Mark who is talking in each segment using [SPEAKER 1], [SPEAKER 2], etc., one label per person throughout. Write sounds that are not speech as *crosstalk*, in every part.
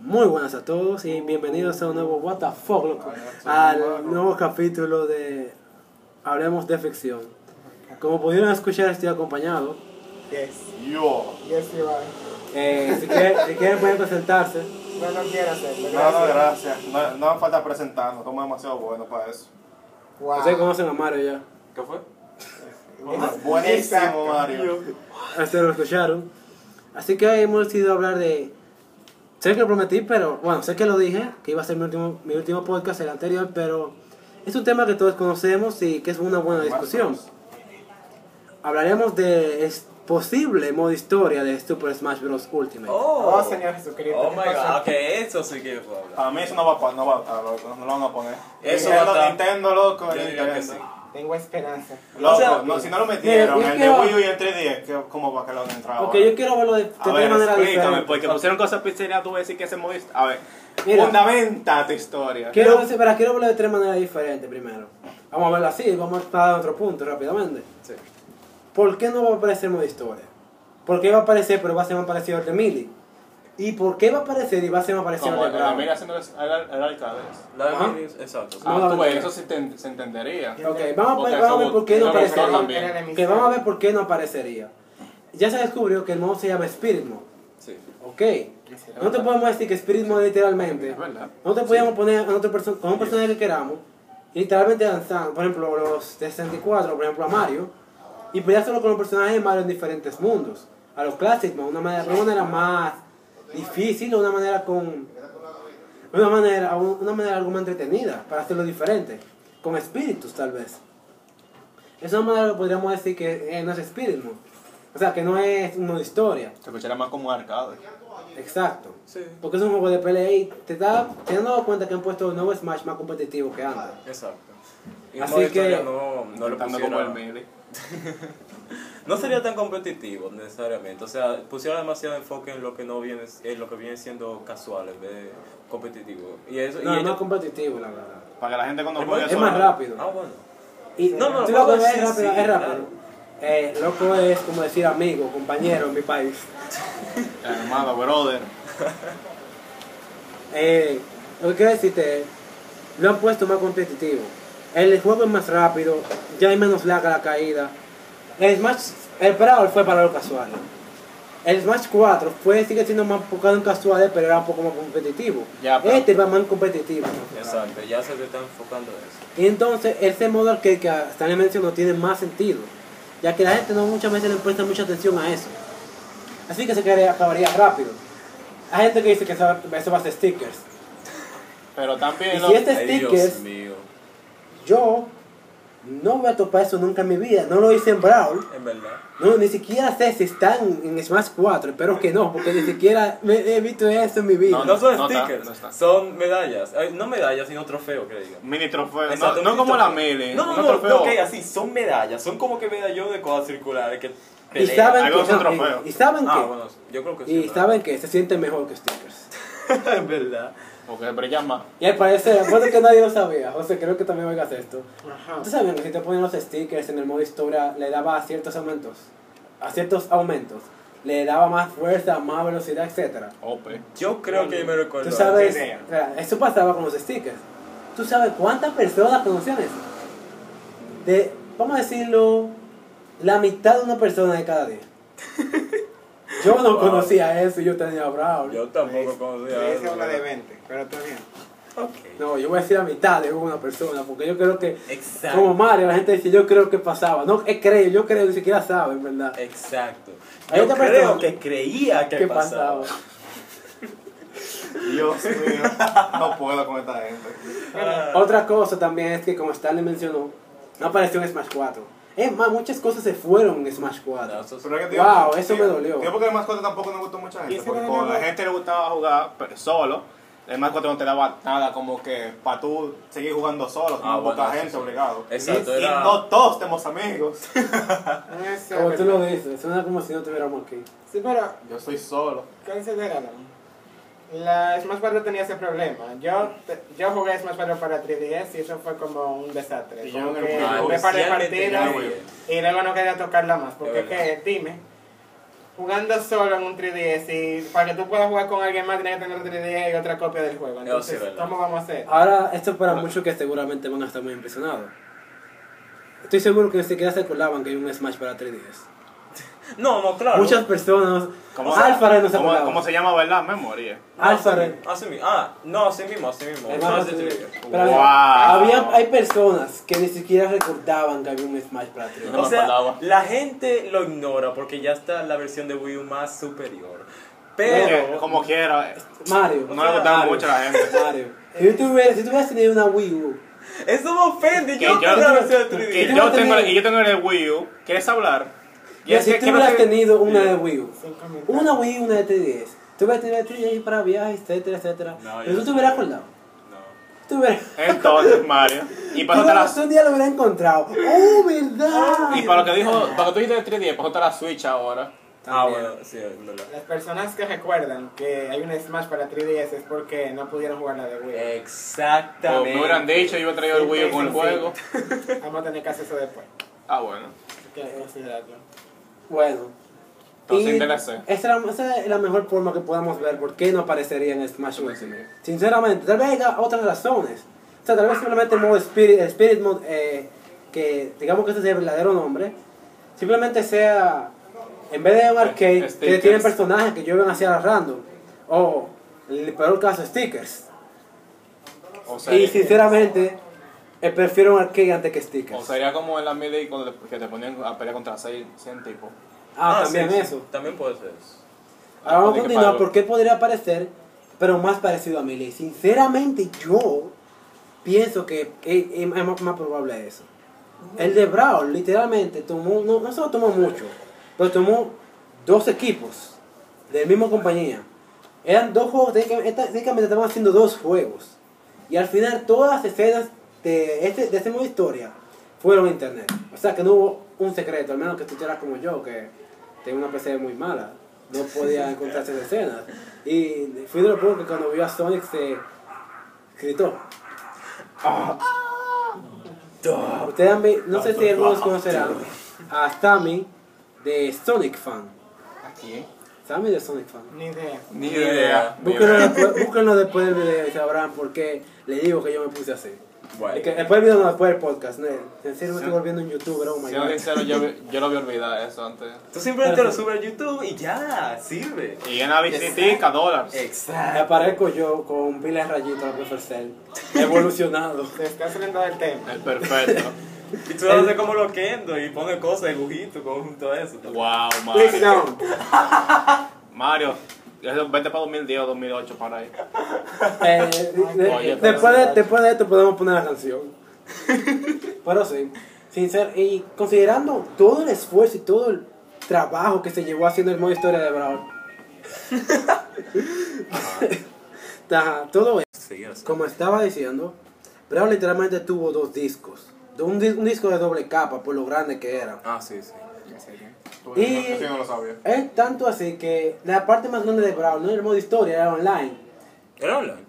[SPEAKER 1] Muy buenas a todos y bienvenidos a un nuevo What the fuck, loco, al nuevo capítulo de Hablemos de ficción. Como pudieron escuchar, estoy acompañado.
[SPEAKER 2] Yes.
[SPEAKER 3] Yo.
[SPEAKER 2] Yes, you are.
[SPEAKER 1] Eh, si, quieren, si quieren, pueden presentarse.
[SPEAKER 2] No lo quiero hacerlo.
[SPEAKER 3] No, no, gracias. No, no falta presentarnos, estamos demasiado buenos para eso.
[SPEAKER 2] Wow.
[SPEAKER 1] Ustedes conocen a Mario ya.
[SPEAKER 4] ¿Qué fue?
[SPEAKER 3] Ah, Buenísimo,
[SPEAKER 2] Exacto.
[SPEAKER 3] Mario.
[SPEAKER 1] Ustedes lo escucharon. Así que hemos decidido hablar de. Sé que lo prometí, pero bueno, sé que lo dije, que iba a ser mi último, mi último podcast, el anterior, pero es un tema que todos conocemos y que es una buena discusión. Hablaremos de es posible modo historia de Super Smash Bros. Ultimate.
[SPEAKER 2] Oh, Señor Jesucristo.
[SPEAKER 4] Oh
[SPEAKER 2] ¿qué
[SPEAKER 4] my
[SPEAKER 2] pasó?
[SPEAKER 4] god, ok, eso sí que fue hablar.
[SPEAKER 3] A mí eso no va a pa- no va a no, no lo van a poner.
[SPEAKER 4] Eso va a
[SPEAKER 3] Nintendo,
[SPEAKER 4] estar-
[SPEAKER 3] Nintendo, loco.
[SPEAKER 4] Yo diría que sí.
[SPEAKER 3] Nintendo.
[SPEAKER 2] Tengo esperanza.
[SPEAKER 3] Loco,
[SPEAKER 4] O sea,
[SPEAKER 3] no, si no lo
[SPEAKER 1] mira,
[SPEAKER 3] metieron,
[SPEAKER 1] yo
[SPEAKER 3] el de
[SPEAKER 1] quiero-
[SPEAKER 3] Wii U y el 3DS, ¿qué- ¿cómo va que lo han entrado?
[SPEAKER 1] Porque yo quiero verlo de, de
[SPEAKER 3] A
[SPEAKER 1] una
[SPEAKER 3] ver,
[SPEAKER 1] manera
[SPEAKER 3] explícame,
[SPEAKER 1] diferente.
[SPEAKER 3] porque pusieron cosas pizzerías, tú vas a decir que se moviste. A ver,
[SPEAKER 1] Mira.
[SPEAKER 3] fundamenta tu historia.
[SPEAKER 1] Quiero, espera, quiero verlo de tres maneras diferentes primero. Vamos a verlo así, vamos a dar otro punto rápidamente.
[SPEAKER 4] Sí.
[SPEAKER 1] ¿Por qué no va a aparecer modo historia? ¿Por qué va a aparecer pero va a ser más parecido al de Millie? ¿Y por qué va a aparecer y va a ser más parecido
[SPEAKER 3] Como
[SPEAKER 1] al de Brown?
[SPEAKER 3] mira haciendo el, el, el alcalde.
[SPEAKER 4] La de
[SPEAKER 1] Ajá.
[SPEAKER 4] Minis, exacto. sí.
[SPEAKER 1] Ah,
[SPEAKER 3] Ah, tú ves,
[SPEAKER 1] no, pues,
[SPEAKER 3] eso sí te- se entendería.
[SPEAKER 1] Ok, vamos a, ver- vamos a ver por qué no
[SPEAKER 3] Pero
[SPEAKER 2] aparece.
[SPEAKER 1] aparecería.
[SPEAKER 3] Brown
[SPEAKER 1] Que
[SPEAKER 3] también.
[SPEAKER 1] vamos a ver por qué no aparecería. Ya se descubrió que el modo se llama Spirit Mode.
[SPEAKER 4] Sí.
[SPEAKER 1] Ok. No te podemos decir que Spirit Mode literalmente.
[SPEAKER 3] Es verdad.
[SPEAKER 1] No te podíamos poner a otro perso- con un personaje que queramos. y Literalmente lanzar, por ejemplo, los de 64, por ejemplo, a Mario. Y pelear solo con los personajes de Mario en diferentes mundos. A los clásicos, una manera, de una manera más difícil, una manera con. Una manera, una manera algo más entretenida, para hacerlo diferente. Con espíritus, tal vez. Es una manera que podríamos decir que eh, no es Spirit Mode. O sea, que no es una historia.
[SPEAKER 3] Se escuchará más como arcade.
[SPEAKER 1] Exacto.
[SPEAKER 4] Sí.
[SPEAKER 1] Porque es un juego de pelea y te, da, te han dado cuenta que han puesto un nuevo Smash más competitivo que antes.
[SPEAKER 4] Ah. Exacto. Y
[SPEAKER 1] Así
[SPEAKER 4] modo historia
[SPEAKER 1] que-
[SPEAKER 4] no, no lo
[SPEAKER 3] Intentando como el
[SPEAKER 4] pusieron.
[SPEAKER 3] Melee.
[SPEAKER 4] No sería tan competitivo necesariamente. O sea, pusieron demasiado enfoque en lo que no viene, en lo que viene siendo casual en vez de competitivo. Y eso,
[SPEAKER 1] No,
[SPEAKER 4] y
[SPEAKER 1] no es
[SPEAKER 4] ellos-
[SPEAKER 1] competitivo, la verdad.
[SPEAKER 3] Para que la gente cuando
[SPEAKER 4] Es
[SPEAKER 3] juegue
[SPEAKER 4] más-
[SPEAKER 1] Es más
[SPEAKER 3] sola-
[SPEAKER 1] rápido.
[SPEAKER 4] Ah, bueno.
[SPEAKER 1] Y
[SPEAKER 4] No, no,
[SPEAKER 1] tú lo
[SPEAKER 4] bueno,
[SPEAKER 1] que ves
[SPEAKER 4] sí,
[SPEAKER 1] es rápido.
[SPEAKER 4] sí,
[SPEAKER 1] es rápido.
[SPEAKER 4] claro.
[SPEAKER 1] Eh, loco es como decir amigo, compañero en mi país.
[SPEAKER 3] Hermano, brother.
[SPEAKER 1] Eh, lo que quiero decirte, lo han puesto más competitivo. El juego es más rápido, ya hay menos lag a la caída. El Smash, el Brawl fue para los casuales. El Smash 4 fue, sigue siendo más enfocado en casuales, pero era un poco más competitivo.
[SPEAKER 3] Ya, pero-
[SPEAKER 1] Este va más competitivo.
[SPEAKER 4] Exacto, ya se te está enfocando en eso.
[SPEAKER 1] Y entonces, ese modo arcade que hasta le mencionó tiene más sentido, ya que la gente no muchas veces le presta mucha atención a eso. Así que se quedaría- acabaría rápido. Hay gente que dice que eso eso va a ser stickers.
[SPEAKER 3] Pero
[SPEAKER 1] Y
[SPEAKER 3] también
[SPEAKER 1] si este
[SPEAKER 4] Ay,
[SPEAKER 1] stickers,
[SPEAKER 4] Dios mío.
[SPEAKER 1] yo no voy a topar eso nunca en mi vida. No lo hice en Brawl.
[SPEAKER 4] En verdad.
[SPEAKER 1] No, ni siquiera sé si están en Smash 4. Espero que no, porque ni siquiera me he visto eso en mi vida.
[SPEAKER 3] No,
[SPEAKER 4] No son
[SPEAKER 3] no está,
[SPEAKER 4] stickers,
[SPEAKER 3] no está.
[SPEAKER 4] son medallas. Ay, no medallas, sino trofeos, que le digan.
[SPEAKER 3] Mini trofeo.
[SPEAKER 4] Exacto,
[SPEAKER 3] No, no
[SPEAKER 4] un
[SPEAKER 3] como la
[SPEAKER 4] trofeo.
[SPEAKER 3] mele.
[SPEAKER 4] No, no,
[SPEAKER 3] un
[SPEAKER 4] no,
[SPEAKER 3] trofeo.
[SPEAKER 4] ok, así, son medallas, son como que medallones de cosas circulares que
[SPEAKER 1] y
[SPEAKER 4] pelean.
[SPEAKER 1] saben
[SPEAKER 3] Algo es
[SPEAKER 1] que,
[SPEAKER 3] un
[SPEAKER 1] no,
[SPEAKER 3] trofeo.
[SPEAKER 1] y, y saben
[SPEAKER 4] Ah,
[SPEAKER 1] que,
[SPEAKER 4] bueno,
[SPEAKER 3] pues
[SPEAKER 4] yo creo que sí.
[SPEAKER 1] y saben que se siente mejor que stickers.
[SPEAKER 4] *laughs* en verdad.
[SPEAKER 3] Porque brilla más.
[SPEAKER 1] Y al parecer, acuérdate que nadie lo sabía. José, creo que también oigas esto.
[SPEAKER 2] Ajá.
[SPEAKER 1] ¿Tú sabías que si te ponían los stickers en el modo historia, le daba a ciertos aumentos? A ciertos aumentos. Le daba más fuerza, más velocidad, etcétera.
[SPEAKER 3] Ope.
[SPEAKER 4] Yo creo que me recuerdo.
[SPEAKER 1] Tú sabes,
[SPEAKER 2] idea.
[SPEAKER 1] o sea, eso pasaba con los stickers. Tú sabes cuántas personas conocían eso. De, vamos a decirlo, la mitad de una persona de cada día.
[SPEAKER 4] *laughs*
[SPEAKER 1] Yo no
[SPEAKER 4] Wow.
[SPEAKER 1] conocía eso, yo tenía Brawl.
[SPEAKER 4] Yo
[SPEAKER 2] Le-
[SPEAKER 4] tampoco conocía.
[SPEAKER 2] le hice
[SPEAKER 4] eso,
[SPEAKER 2] una de
[SPEAKER 4] ¿verdad?
[SPEAKER 2] 20, pero está bien.
[SPEAKER 4] Ok.
[SPEAKER 1] No, yo voy a decir la mitad de una persona, porque yo creo que, como
[SPEAKER 4] Exacto.
[SPEAKER 1] Mario, la gente dice, yo creo que pasaba. No, es creo, yo creo, ni siquiera saben, ¿verdad?
[SPEAKER 4] Exacto.
[SPEAKER 1] Hay
[SPEAKER 4] Yo
[SPEAKER 1] otra
[SPEAKER 4] creo
[SPEAKER 1] persona.
[SPEAKER 4] que creía que
[SPEAKER 1] ¿Qué
[SPEAKER 4] pasaba.
[SPEAKER 1] pasaba?
[SPEAKER 3] Dios *laughs* mío. No puedo con esta gente.
[SPEAKER 4] Ah,
[SPEAKER 1] Otra cosa también es que, como Stanley mencionó, no apareció en Smash 4. Es más, muchas cosas se fueron en Smash 4.
[SPEAKER 4] no, eso es-
[SPEAKER 3] Pero es que,
[SPEAKER 1] Wow, eso me dolió.
[SPEAKER 3] Tío, porque el más 4 tampoco me gustó mucha gente.
[SPEAKER 2] ¿Y ese
[SPEAKER 3] Porque
[SPEAKER 2] no
[SPEAKER 3] con
[SPEAKER 2] era
[SPEAKER 3] la
[SPEAKER 2] más?
[SPEAKER 3] gente le gustaba jugar pero solo. El más 4 no te daba nada como que para tú seguir jugando solo.
[SPEAKER 4] Ah,
[SPEAKER 3] con poca
[SPEAKER 4] bueno,
[SPEAKER 3] gente,
[SPEAKER 4] sí, sí.
[SPEAKER 3] obligado.
[SPEAKER 4] Exacto,
[SPEAKER 3] Y
[SPEAKER 4] era-
[SPEAKER 3] no todos tenemos amigos. *laughs*
[SPEAKER 4] Ah.
[SPEAKER 2] Eso,
[SPEAKER 1] Como tú
[SPEAKER 2] pero-
[SPEAKER 1] lo dices, suena como si no tuviéramos aquí.
[SPEAKER 2] Sí, pero
[SPEAKER 3] Yo soy solo.
[SPEAKER 2] considéralo. La Smash 4 tenía ese problema. Yo, te- yo jugué Smash 4 para 3DS y eso fue como un desastre.
[SPEAKER 3] Y yo
[SPEAKER 2] Como
[SPEAKER 3] en el
[SPEAKER 2] que
[SPEAKER 3] Wii U.
[SPEAKER 2] jugué par de
[SPEAKER 4] Especialmente en
[SPEAKER 2] partidas
[SPEAKER 4] el Wii
[SPEAKER 2] y luego no quería tocarla más. Porque
[SPEAKER 4] De
[SPEAKER 2] es que, dime, jugando solo en un 3DS y para que tú puedas jugar con alguien más tienes que tener 3DS y otra copia del juego. Entonces,
[SPEAKER 4] sí, verdad.
[SPEAKER 2] ¿cómo vamos a hacer?
[SPEAKER 1] Ahora, esto es para muchos que seguramente van a estar muy impresionados. Estoy seguro que ni siquiera se acordaban que hay un Smash para 3DS.
[SPEAKER 4] No, no, claro.
[SPEAKER 1] Muchas personas,
[SPEAKER 3] ¿Cómo,
[SPEAKER 1] Alfred no se
[SPEAKER 3] cómo-
[SPEAKER 1] acordaba.
[SPEAKER 3] cómo se llama, verdad? Memoria.
[SPEAKER 4] No, así
[SPEAKER 1] Alfred.
[SPEAKER 4] mismo, Ah, Así mismo. Ah, no, así mismo, así mismo.
[SPEAKER 1] El
[SPEAKER 4] No,
[SPEAKER 1] más
[SPEAKER 4] así
[SPEAKER 1] recibido.
[SPEAKER 4] mismo.
[SPEAKER 1] Pero
[SPEAKER 3] Wow.
[SPEAKER 1] había, hay personas que ni siquiera recordaban que había un Smash para 3DS.
[SPEAKER 3] No me
[SPEAKER 4] O sea,
[SPEAKER 3] acordaba.
[SPEAKER 4] la gente lo ignora porque ya está la versión de Wii U más superior.
[SPEAKER 3] Porque,
[SPEAKER 4] Pero,
[SPEAKER 3] como quiera,
[SPEAKER 1] Mario.
[SPEAKER 3] no le gustaba mucho a la gente.
[SPEAKER 1] Mario. Si tú tuvieras, si tú hubieras tenido una Wii U,
[SPEAKER 4] eso me ofende.
[SPEAKER 3] Que
[SPEAKER 4] Yo
[SPEAKER 3] yo-
[SPEAKER 4] tengo la versión de
[SPEAKER 3] Que
[SPEAKER 4] 3D.
[SPEAKER 1] tú no
[SPEAKER 3] yo tengo,
[SPEAKER 1] tenías-
[SPEAKER 3] y yo tengo en el Wii U, ¿quieres hablar?
[SPEAKER 1] y si
[SPEAKER 3] que-
[SPEAKER 1] tú
[SPEAKER 3] que no
[SPEAKER 1] hubieras
[SPEAKER 3] te-
[SPEAKER 1] tenido una de Wii U,
[SPEAKER 2] Sin comentarios.
[SPEAKER 1] una Wii U, una de 3DS, tú hubieras tenido 3DS para viajes, etcétera, etcétera.
[SPEAKER 4] No,
[SPEAKER 1] Pero
[SPEAKER 4] yo
[SPEAKER 1] tú te
[SPEAKER 4] no.
[SPEAKER 1] hubieras acordado.
[SPEAKER 4] Ah, No.
[SPEAKER 1] Tú hubieras.
[SPEAKER 3] Entonces, Mario, y
[SPEAKER 1] Tú
[SPEAKER 3] pasarte la...
[SPEAKER 1] un día lo hubieras encontrado. ¡Oh, verdad!
[SPEAKER 3] Y para lo que dijo, para lo que tú dijiste de 3D, pasarte la Switch ahora.
[SPEAKER 4] Ah,
[SPEAKER 1] También.
[SPEAKER 4] bueno, sí, es verdad.
[SPEAKER 2] Las personas que recuerdan que hay un Smash para 3DS es porque no pudieron jugar la de
[SPEAKER 4] Eh,
[SPEAKER 2] Wii.
[SPEAKER 3] O
[SPEAKER 4] Exactamente.
[SPEAKER 3] me hubieran dicho, yo hubiera traído el Wii U con el
[SPEAKER 2] Sí, sí,
[SPEAKER 3] juego.
[SPEAKER 2] Vamos a tener que hacer eso después.
[SPEAKER 3] Ah, bueno.
[SPEAKER 2] Hay que considerarlo.
[SPEAKER 1] Bueno.
[SPEAKER 3] Entonces,
[SPEAKER 1] Y
[SPEAKER 3] DLC.
[SPEAKER 1] Esa, era- esa es la mejor forma que podamos ver por qué no aparecería en Smash Ultimate. Sinceramente, tal vez haya otras razones. O sea, tal vez simplemente el modo Spirit, el Spirit Mode, eh, que digamos que ese es el verdadero nombre, simplemente sea, en vez de un arcade, que
[SPEAKER 3] Eh, stickers.
[SPEAKER 1] tienen personajes que llueven hacia la random, o, en el peor caso, stickers.
[SPEAKER 3] O
[SPEAKER 1] Y
[SPEAKER 3] sea,
[SPEAKER 1] sinceramente, eh, prefiero un arcade antes que stickers.
[SPEAKER 3] O sería como en la melee cuando te, que te ponían a pelear contra 6, 100 tipos.
[SPEAKER 1] ah,
[SPEAKER 4] sí,
[SPEAKER 1] también
[SPEAKER 4] sí,
[SPEAKER 1] eso.
[SPEAKER 4] También puede ser eso.
[SPEAKER 1] Ahora vamos a
[SPEAKER 3] Porque
[SPEAKER 1] continuar
[SPEAKER 3] para-
[SPEAKER 1] por qué podría parecer, pero más parecido a Melee. Sinceramente, yo pienso que es, es más, más probable eso. El de Brawl literalmente tomó, no, no solo tomó mucho, pero tomó dos equipos de la misma compañía. Eran dos juegos, técnicamente esta- técnicamente estaban haciendo dos juegos. Y al final todas las escenas de este, de este modo historia fueron en internet. O sea que no hubo un secreto, al menos que tú eras como yo, que tengo una PC muy mala. No podía encontrar esas escenas. Y fui de los pocos que cuando vio a Sonic se gritó. Ustedes han vi- no sé si algunos conocerán a Sammy de Sonic Fan.
[SPEAKER 3] ¿A
[SPEAKER 4] ¿eh?
[SPEAKER 3] quién?
[SPEAKER 1] Sammy de Sonic Fan.
[SPEAKER 2] Ni idea.
[SPEAKER 3] Ni
[SPEAKER 4] Ni
[SPEAKER 3] idea.
[SPEAKER 4] idea.
[SPEAKER 3] Ni
[SPEAKER 1] Búsquenlo
[SPEAKER 3] idea.
[SPEAKER 1] después, búsquenlo después del video y sabrán por qué le digo que yo me puse así.
[SPEAKER 4] Bueno.
[SPEAKER 1] Es que después del video no, después del podcast. ¿no? En serio me estoy volviendo un youtuber, oh my
[SPEAKER 3] Siendo
[SPEAKER 1] god.
[SPEAKER 3] sincero, yo, yo lo había olvidado eso antes.
[SPEAKER 4] Tú simplemente lo subes a YouTube y ya, sirve.
[SPEAKER 3] Y en la visitica, dólares.
[SPEAKER 1] Me
[SPEAKER 4] Exacto.
[SPEAKER 1] aparezco yo con pilas rayitas al profesor evolucionado.
[SPEAKER 2] Se está saliendo del tema.
[SPEAKER 3] El perfecto.
[SPEAKER 4] Y tú haces como lo Kendo y pone cosas, dibujitos, conjunto a eso.
[SPEAKER 3] wow,
[SPEAKER 2] Please
[SPEAKER 3] Mario.
[SPEAKER 2] don't.
[SPEAKER 3] Mario, eso, vete para 2010 o 2008 para ahí.
[SPEAKER 1] Eh, de- de-
[SPEAKER 3] Oye,
[SPEAKER 1] después, de,
[SPEAKER 2] pero-
[SPEAKER 1] después de esto podemos poner la canción. Pero sí, sincero, y considerando todo el esfuerzo y todo el trabajo que se llevó haciendo el modo historia de Brawl. *laughs* Ajá, todo
[SPEAKER 4] Sí, así.
[SPEAKER 1] Como estaba diciendo, Bravo literalmente tuvo dos discos. De Un, dis- un disco de doble capa, por lo grande que era.
[SPEAKER 4] Ah, sí, sí.
[SPEAKER 1] Y- eso yo no
[SPEAKER 3] lo sabía.
[SPEAKER 1] Es tanto así que la parte más grande de Bravo no era el modo historia, era online.
[SPEAKER 4] ¿Era online?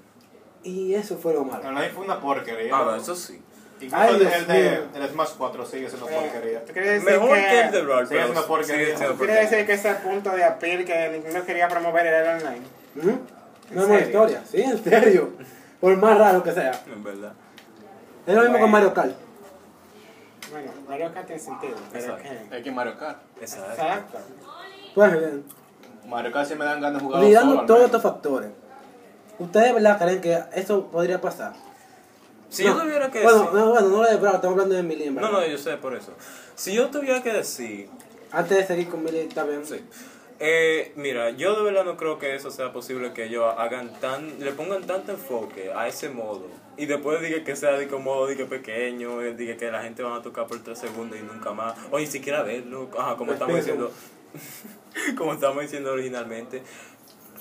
[SPEAKER 1] Y eso fue lo malo.
[SPEAKER 3] Online fue una porquería.
[SPEAKER 4] Ah, no, eso sí.
[SPEAKER 1] Incluso Ay, el- Dios el de- mío.
[SPEAKER 3] Smash 4 sigue siendo
[SPEAKER 2] Eh, ¿tú quieres decir
[SPEAKER 4] Mejor
[SPEAKER 2] que-
[SPEAKER 4] que el de Brawl,
[SPEAKER 3] sigue siendo
[SPEAKER 4] pero
[SPEAKER 3] porquería.
[SPEAKER 4] sigue siendo
[SPEAKER 2] ¿tú quieres decir que ese punto de appeal que Nintendo quería promover era el online?
[SPEAKER 1] ¿Mm?
[SPEAKER 2] ¿En
[SPEAKER 1] No era modo
[SPEAKER 2] serio?
[SPEAKER 1] historia, sí, en serio. Por más raro que sea.
[SPEAKER 4] porquería. En verdad.
[SPEAKER 1] Es lo mismo
[SPEAKER 2] Bueno.
[SPEAKER 1] con Mario Kart.
[SPEAKER 2] Bueno, Mario Kart tiene sentido, pero
[SPEAKER 4] Exacto.
[SPEAKER 2] ¿qué?
[SPEAKER 3] Es que Mario Kart.
[SPEAKER 4] Exacto.
[SPEAKER 2] Exacto.
[SPEAKER 1] Pues bien,
[SPEAKER 3] Mario Kart sí me dan ganas de jugar solo.
[SPEAKER 1] olvidando
[SPEAKER 3] al
[SPEAKER 1] todos
[SPEAKER 3] menos.
[SPEAKER 1] estos factores, ¿ustedes de verdad creen que eso podría pasar?
[SPEAKER 4] Si
[SPEAKER 1] No.
[SPEAKER 4] yo tuviera que
[SPEAKER 1] bueno,
[SPEAKER 4] decir.
[SPEAKER 1] no, bueno, no lo de Bravo, estamos hablando de Millie en
[SPEAKER 4] No,
[SPEAKER 1] verdad.
[SPEAKER 4] no, yo sé por eso. Si yo tuviera que decir.
[SPEAKER 1] Antes de seguir con Millie, está bien.
[SPEAKER 4] Sí. Eh, mira, yo de verdad no creo que eso sea posible que ellos hagan tan, le pongan tanto enfoque a ese modo y después diga que sea de que un modo diga pequeño, eh, diga que la gente va a tocar por tres segundos y nunca más, o ni siquiera verlo, ajá, como estamos
[SPEAKER 1] Espero.
[SPEAKER 4] diciendo, como estamos diciendo *laughs* originalmente.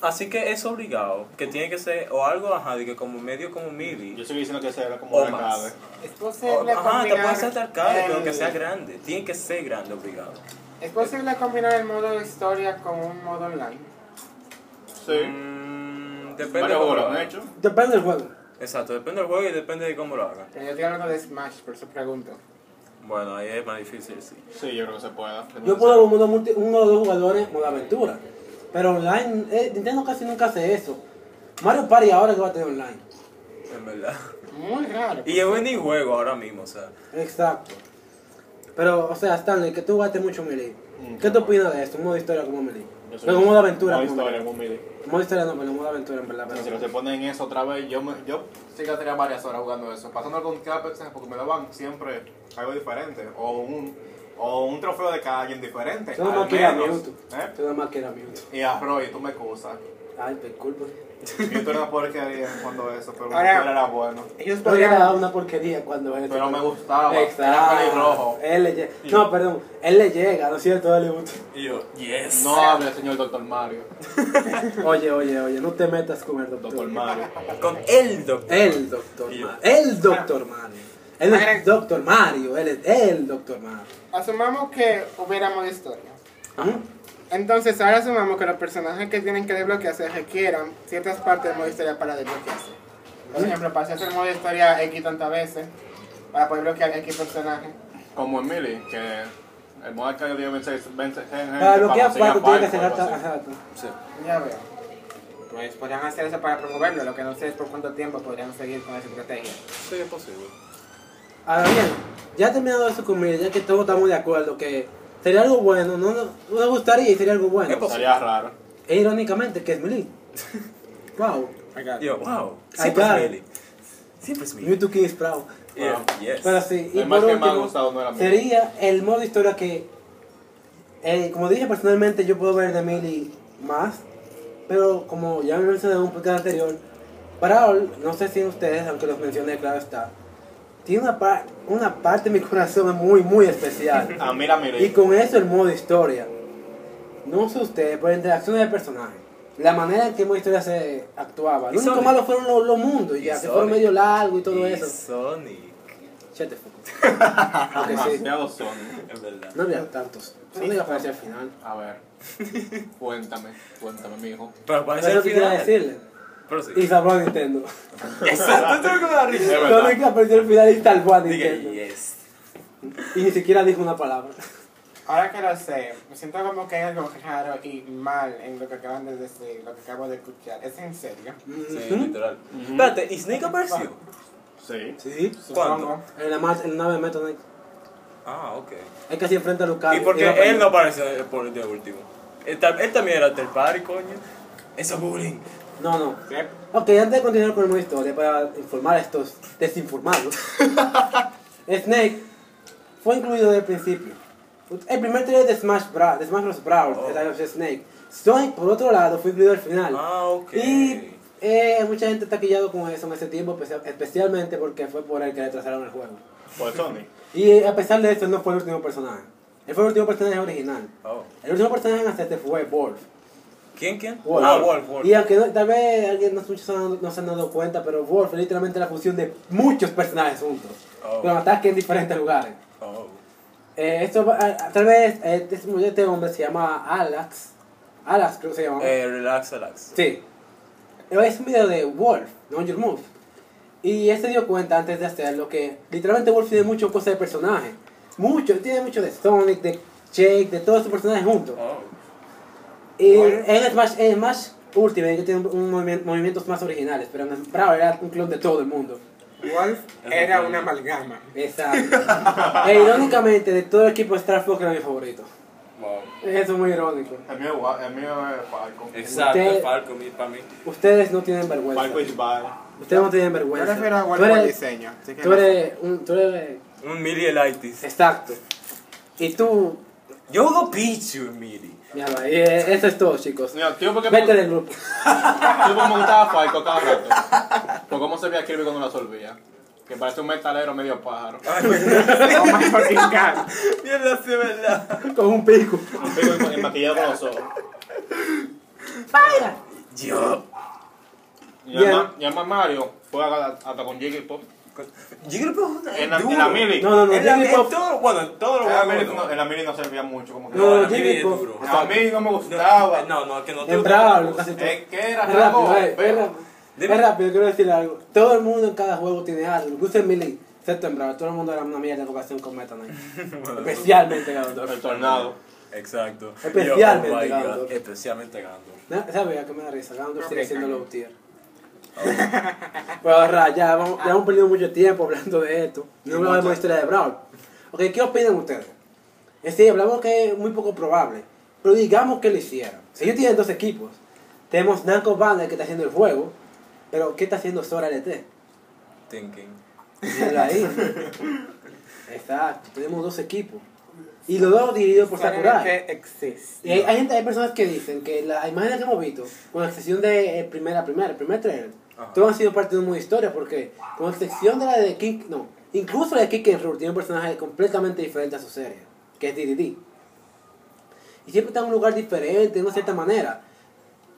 [SPEAKER 4] Así que es obligado, que tiene que ser o algo, ajá, de que como medio como
[SPEAKER 3] Yo
[SPEAKER 4] mili
[SPEAKER 3] estoy diciendo que se era como
[SPEAKER 4] o
[SPEAKER 3] una
[SPEAKER 4] más.
[SPEAKER 3] clave.
[SPEAKER 2] Es
[SPEAKER 4] O-
[SPEAKER 2] posible
[SPEAKER 4] Oh, ajá, te puede
[SPEAKER 2] combinar
[SPEAKER 4] hacer arcade,
[SPEAKER 2] el-
[SPEAKER 4] pero que sea grande, tiene que ser grande, obligado.
[SPEAKER 2] ¿Es posible combinar el modo historia con un modo online?
[SPEAKER 3] Sí.
[SPEAKER 4] Mm, depende
[SPEAKER 3] Varios
[SPEAKER 4] cómo
[SPEAKER 3] juegos
[SPEAKER 4] lo
[SPEAKER 3] lo han
[SPEAKER 4] hagan.
[SPEAKER 3] hecho.
[SPEAKER 1] Depende del juego.
[SPEAKER 4] Exacto, depende del juego y depende de cómo lo hagan.
[SPEAKER 2] Pero yo estoy hablando de Smash, por eso pregunto.
[SPEAKER 4] Bueno, ahí es más difícil, sí.
[SPEAKER 3] Sí, yo creo que se pueda.
[SPEAKER 1] Yo puedo ver un modo multi- uno o dos jugadores modo aventura. Pero online, eh, Nintendo casi nunca hace eso. Mario Party ahora lo va a tener online.
[SPEAKER 4] En verdad.
[SPEAKER 2] Muy raro.
[SPEAKER 4] Y es buen juego ahora mismo, o sea.
[SPEAKER 1] Exacto. Pero, o sea, Stanley, que tú jugaste mucho Melee. ¿Qué tú opinas de esto? Un modo de historia como Melee.
[SPEAKER 3] Mm, Yo soy-
[SPEAKER 1] No, un modo de aventura.
[SPEAKER 3] Modo
[SPEAKER 1] como
[SPEAKER 3] historia,
[SPEAKER 1] Melee.
[SPEAKER 3] algún mili.
[SPEAKER 1] Modo de historia no, pero un modo de aventura en verdad.
[SPEAKER 3] Si
[SPEAKER 1] Pero,
[SPEAKER 3] no se ponen eso otra vez, yo, me, yo sí gastaría varias horas jugando eso. Pasando con Capex porque me daban siempre algo diferente. O un, o un trofeo de cada alguien diferente.
[SPEAKER 1] tú nada
[SPEAKER 3] al
[SPEAKER 1] más que era
[SPEAKER 3] menos,
[SPEAKER 1] Mewtwo.
[SPEAKER 3] ¿eh?
[SPEAKER 1] Tú nada más que era Mewtwo.
[SPEAKER 3] Y a Roy, tú me excusas.
[SPEAKER 1] Ay, pues, disculpa.
[SPEAKER 3] Y tú eras una porquería cuando eso, pero
[SPEAKER 2] Ahora-
[SPEAKER 3] él era bueno.
[SPEAKER 2] Ellos
[SPEAKER 1] Pero era
[SPEAKER 2] podrían...
[SPEAKER 1] una porquería cuando él.
[SPEAKER 3] Pero me gustaba. Era
[SPEAKER 1] Exacto.
[SPEAKER 3] pelirrojo.
[SPEAKER 1] Él le llega. No, perdón. Él le llega, ¿no es cierto? Él le gusta.
[SPEAKER 4] Y yo, yes.
[SPEAKER 3] No hable, señor Doctor Mario.
[SPEAKER 1] Oye, oye, oye, no te metas con el doctor.
[SPEAKER 3] Doctor Mario.
[SPEAKER 4] Con el doctor.
[SPEAKER 1] El doctor Mario. El doctor Mario. Él no es doctor Mario, él es el doctor Mario.
[SPEAKER 2] Asumamos que hubiera modo historia.
[SPEAKER 1] Ajá.
[SPEAKER 2] Entonces, ahora asumamos que los personajes que tienen que desbloquearse requieran ciertas partes del modo historia para desbloquearse.
[SPEAKER 4] Mm.
[SPEAKER 2] Por ejemplo, para hacer el modo historia X tantas veces, para poder bloquear X personaje.
[SPEAKER 3] Como en Mili, que el modo arcade dio 26, 20 gente
[SPEAKER 1] Para bloquear
[SPEAKER 3] conseguir
[SPEAKER 1] cuatro tiene que
[SPEAKER 3] Pyro o
[SPEAKER 1] cerrar.
[SPEAKER 3] algo
[SPEAKER 1] ta-
[SPEAKER 3] así.
[SPEAKER 1] Ajá.
[SPEAKER 4] Sí.
[SPEAKER 2] Ya veo. Pues podrían hacer eso para promoverlo, lo que no sé es por cuánto tiempo podrían seguir con esa estrategia.
[SPEAKER 4] Sí, es posible.
[SPEAKER 1] Ahora bien, ya terminado eso conmigo, ya que todos estamos de acuerdo que sería algo bueno, no no- no nos gustaría y sería algo
[SPEAKER 4] Es
[SPEAKER 1] bueno.
[SPEAKER 4] posible.
[SPEAKER 3] Sería raro.
[SPEAKER 1] E irónicamente, que es Melee. Wow.
[SPEAKER 4] Y yo, wow.
[SPEAKER 1] Ahí
[SPEAKER 4] Siempre
[SPEAKER 1] está.
[SPEAKER 4] es Millie. Siempre es Millie.
[SPEAKER 1] Mewtwo King es bravo.
[SPEAKER 4] Y yo, yes.
[SPEAKER 1] Pero sí, y
[SPEAKER 3] El más
[SPEAKER 1] por
[SPEAKER 3] que me ha
[SPEAKER 1] último,
[SPEAKER 3] gustado no era Mili.
[SPEAKER 1] sería el modo historia que, eh, como dije personalmente, yo puedo ver de Mili más, pero como ya me mencioné en un podcast anterior, Brawl, no sé si ustedes, aunque los mencioné, claro está, tiene una, par- una parte de mi corazón muy, muy especial.
[SPEAKER 3] *laughs* Ah, mira,
[SPEAKER 1] y
[SPEAKER 3] Mili.
[SPEAKER 1] con eso el modo historia. No sé ustedes, pero interacciones de personajes. La manera en que el modo historia se actuaba.
[SPEAKER 4] Y
[SPEAKER 1] Lo único
[SPEAKER 4] Sonic.
[SPEAKER 1] malo fueron los, los mundos, ya, que
[SPEAKER 4] Sonic.
[SPEAKER 1] fueron medio largo y todo
[SPEAKER 4] Y
[SPEAKER 1] eso.
[SPEAKER 4] Sonic.
[SPEAKER 1] Shut the *laughs* fuck up. Ok, sí.
[SPEAKER 3] Demasiado son.
[SPEAKER 4] En verdad.
[SPEAKER 1] No había tantos. Sonic apareció al final.
[SPEAKER 3] A ver. *laughs* Cuéntame, cuéntame, mijo.
[SPEAKER 4] Pero
[SPEAKER 1] Eso
[SPEAKER 4] parece
[SPEAKER 1] es
[SPEAKER 4] el
[SPEAKER 1] lo que quería
[SPEAKER 4] final.
[SPEAKER 1] decirle.
[SPEAKER 4] Pero sí.
[SPEAKER 1] Y salvó a Nintendo.
[SPEAKER 4] Exacto, *laughs* tengo que me da
[SPEAKER 3] De
[SPEAKER 4] risa.
[SPEAKER 3] verdad.
[SPEAKER 1] Sonic apareció al final y salvó a
[SPEAKER 4] Dije,
[SPEAKER 1] Nintendo.
[SPEAKER 4] yes.
[SPEAKER 1] Y ni siquiera dijo una palabra.
[SPEAKER 2] Ahora que lo sé, me siento como que hay algo raro y mal en lo que acaban de decir, lo que acabo de escuchar. ¿Es en serio?
[SPEAKER 4] Sí,
[SPEAKER 1] Ujú.
[SPEAKER 4] literal. Espérate, ¿y Snake apareció?
[SPEAKER 3] Sí.
[SPEAKER 1] *laughs* Sí.
[SPEAKER 2] Supongo.
[SPEAKER 1] En la, mar- en la nave de Metal Knight.
[SPEAKER 4] Ah, ok.
[SPEAKER 1] Es que así enfrenta a Lucario.
[SPEAKER 4] ¿Y por qué
[SPEAKER 1] va
[SPEAKER 4] él no
[SPEAKER 1] perdiendo.
[SPEAKER 4] apareció por el día último? Él, tam- él también era del party, coño. Eso es bullying.
[SPEAKER 1] No, no.
[SPEAKER 2] Yep.
[SPEAKER 1] Ok, antes de continuar con el modo historia, para informar a estos
[SPEAKER 4] *laughs*
[SPEAKER 1] desinformados, Snake fue incluido desde el principio. El primer trailer de Smash Bros. de Smash Bros. Brawl
[SPEAKER 4] Oh.
[SPEAKER 1] era de Snake. Sonic, por otro lado, fue incluido al final.
[SPEAKER 4] Ah, ok.
[SPEAKER 1] Y eh, mucha gente está quillado con eso en ese tiempo, especia- especialmente porque fue por el que retrasaron el juego.
[SPEAKER 3] Por Pues Sony.
[SPEAKER 1] Y eh, a pesar de eso, él no fue el último personaje. Él fue el último personaje original.
[SPEAKER 4] Oh.
[SPEAKER 1] El último personaje en hacerse fue Wolf.
[SPEAKER 4] ¿Quién, quién?
[SPEAKER 1] Wolf.
[SPEAKER 4] Ah, Wolf, Wolf.
[SPEAKER 1] Y aunque no- tal vez alguien no, se han- no se han dado cuenta, pero Wolf es literalmente la fusión de muchos personajes juntos.
[SPEAKER 4] Oh.
[SPEAKER 1] Con ataques en diferentes lugares.
[SPEAKER 4] Oh.
[SPEAKER 1] Eh, esto va- a- a- tal vez eh, este, este hombre se llama Alex. Alex creo que se llama.
[SPEAKER 4] Eh, relax, relax.
[SPEAKER 1] Sí. Es un video de Wolf, no Your Move. Y él se dio cuenta antes de hacerlo que literalmente Wolf tiene muchas cosas de personaje. Mucho, tiene mucho de Sonic, de Jake, de todos sus personajes juntos.
[SPEAKER 4] Oh.
[SPEAKER 1] Y
[SPEAKER 2] Bueno.
[SPEAKER 1] en Smash, en Smash Ultimate que tiene un- un movimiento- movimientos más originales, pero en Brawl era un clon de todo el mundo.
[SPEAKER 2] Wolf era una amalgama.
[SPEAKER 1] *laughs* Exacto. e irónicamente, de todo el equipo Star Fox era mi favorito.
[SPEAKER 4] Wow.
[SPEAKER 1] Eso es muy irónico.
[SPEAKER 3] El mío, es eh, Wa- el mío es Falcon.
[SPEAKER 4] Exacto,
[SPEAKER 1] Usted-
[SPEAKER 4] es Falco, mi, para mí.
[SPEAKER 1] Ustedes no tienen vergüenza.
[SPEAKER 3] Falcon is bad.
[SPEAKER 1] Ustedes no tienen
[SPEAKER 2] Yo
[SPEAKER 1] vergüenza.
[SPEAKER 2] refiero a Wolf
[SPEAKER 1] Tú
[SPEAKER 2] por
[SPEAKER 1] eres,
[SPEAKER 2] diseño. así que
[SPEAKER 1] tú
[SPEAKER 2] no *laughs* sé.
[SPEAKER 1] eres un- tú eres
[SPEAKER 4] Un Mili Elitis.
[SPEAKER 1] Exacto. Y tú,
[SPEAKER 4] Yo juego Pichu en Mili.
[SPEAKER 1] mierda, y eh, eso es todo, chicos.
[SPEAKER 3] Mira, tío, porque
[SPEAKER 1] Vete del grupo.
[SPEAKER 3] Yo como gustaba Falco cada rato. Por cómo se veía Kirby cuando lo solvía. Que parece un metalero medio pájaro.
[SPEAKER 4] Ay, *laughs* mierda,
[SPEAKER 2] Oh my fucking God.
[SPEAKER 4] mierda, sí, verdad.
[SPEAKER 1] Con un pico.
[SPEAKER 3] Un pico en- en maquillado con
[SPEAKER 1] *laughs*
[SPEAKER 3] los ojos.
[SPEAKER 4] Yo.
[SPEAKER 3] Y
[SPEAKER 1] Bien.
[SPEAKER 3] además- y además Mario juega hasta con Jiggy Pop.
[SPEAKER 4] Yo creo que es una.
[SPEAKER 3] En la, en la Mili. Ah,
[SPEAKER 1] No, no, no,
[SPEAKER 4] En la
[SPEAKER 1] Jigglypuff-
[SPEAKER 4] en todo, bueno, en todo lo
[SPEAKER 3] En la Mili
[SPEAKER 4] bueno.
[SPEAKER 3] no- en la Mili no servía mucho. Como que
[SPEAKER 1] No,
[SPEAKER 4] en la Mili Ah, es
[SPEAKER 1] Jigglypuff.
[SPEAKER 4] duro.
[SPEAKER 1] no.
[SPEAKER 3] a mí no me
[SPEAKER 4] No,
[SPEAKER 3] gustaba.
[SPEAKER 4] no, no, que no te
[SPEAKER 1] En Brawl, casi todo.
[SPEAKER 3] Es que era
[SPEAKER 1] Es rápido,
[SPEAKER 3] raro.
[SPEAKER 1] eh, es rápido.
[SPEAKER 4] Dime.
[SPEAKER 1] Es rápido, quiero decir algo. Todo el mundo en cada juego tiene algo. Incluso en Melee. Excepto en Bravo, todo el mundo era una mierda de vocación con Meta Knight. Especialmente
[SPEAKER 3] El
[SPEAKER 1] Ganondorf.
[SPEAKER 3] tornado.
[SPEAKER 4] Exacto.
[SPEAKER 1] Especialmente
[SPEAKER 4] Yo, oh my God,
[SPEAKER 1] Gandalf.
[SPEAKER 4] Especialmente Gandalf.
[SPEAKER 1] Na- ¿Sabes a qué me da risa? Ganondorf sigue
[SPEAKER 2] Ok,
[SPEAKER 1] siendo
[SPEAKER 2] Kanye.
[SPEAKER 1] low tier. Pero ahora ya, vamos, ya hemos perdido mucho tiempo hablando de esto. No hablamos de la historia de Brawl. Ok, ¿qué opinan ustedes? Es decir, hablamos que es muy poco probable. Pero digamos que lo hicieron. Si ellos tienen dos equipos. Tenemos Namco Bandai que está haciendo el juego. Pero ¿qué está haciendo Sora LT?
[SPEAKER 4] Thinking.
[SPEAKER 1] Míralo ahí. Exacto. Tenemos dos equipos. Y los dos divididos *laughs* por Sakurai.
[SPEAKER 2] Solamente existe.
[SPEAKER 1] Y hay, hay gente, hay personas que dicen que las imágenes que hemos visto, con excepción de eh, primera, primera, el primer trailer,
[SPEAKER 4] Ajá.
[SPEAKER 1] todos han sido parte de una historia, porque con excepción de la de King, no, incluso la de Kick and Rool tiene un personaje completamente diferente a su serie, que es DDD. Y siempre está en un lugar diferente, de una cierta manera.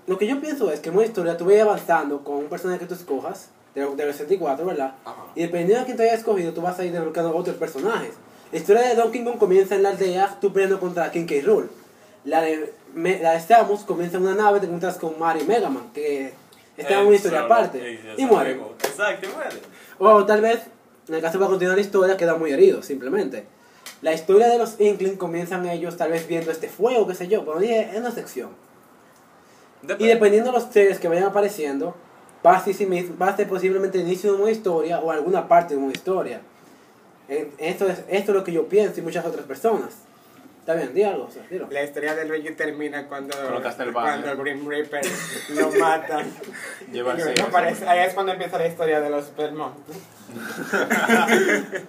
[SPEAKER 1] Lo que yo pienso es que en una historia tú vas avanzando con un personaje que tú escojas, de los de los 64, ¿verdad? Y dependiendo de quién te haya escogido, tú vas a ir desbloqueando otros personajes. La historia de Donkey Kong comienza en la aldea, tú peleando contra King K. Rool. La de, me- la de Samus comienza en una nave, te encuentras con Mario y Mega Man, que está en una historia
[SPEAKER 4] Eh,
[SPEAKER 1] aparte. Y muere.
[SPEAKER 4] Exacto, y muere.
[SPEAKER 1] O tal vez, en el caso para continuar la historia, queda muy herido, simplemente. La historia de los Inkling comienzan ellos tal vez viendo este fuego, qué sé yo, pero dije, es una sección. Y dependiendo de los seres que vayan apareciendo, va a ser, sí mismo- va a ser posiblemente el inicio de una historia o alguna parte de una historia. En- Esto es, esto es lo que yo pienso y muchas otras personas. Está bien, di algo, o sea, dilo.
[SPEAKER 2] La historia de Luigi termina cuando,
[SPEAKER 3] Con Castlevania.
[SPEAKER 2] cuando el Grim Reaper lo matan.
[SPEAKER 3] *laughs* Lleva el sello.
[SPEAKER 2] Ahí es cuando empieza la historia de los Belmont.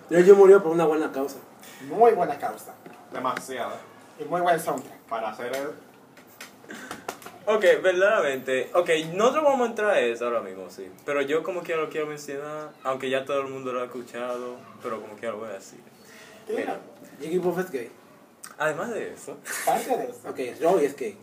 [SPEAKER 1] Yo murió por una buena causa.
[SPEAKER 2] Muy buena causa.
[SPEAKER 3] Demasiado.
[SPEAKER 2] Y muy buen soundtrack.
[SPEAKER 3] Para hacer el...
[SPEAKER 4] Ok, verdaderamente. Ok, nosotros vamos a entrar a eso ahora mismo, sí. Pero yo como quiera lo quiero mencionar, aunque ya todo el mundo lo ha escuchado, pero como quiera lo voy a decir. Mira,
[SPEAKER 1] Jiggy Buff es gay.
[SPEAKER 4] además de eso...
[SPEAKER 2] Parte de eso.
[SPEAKER 1] Ok, Roy es gay.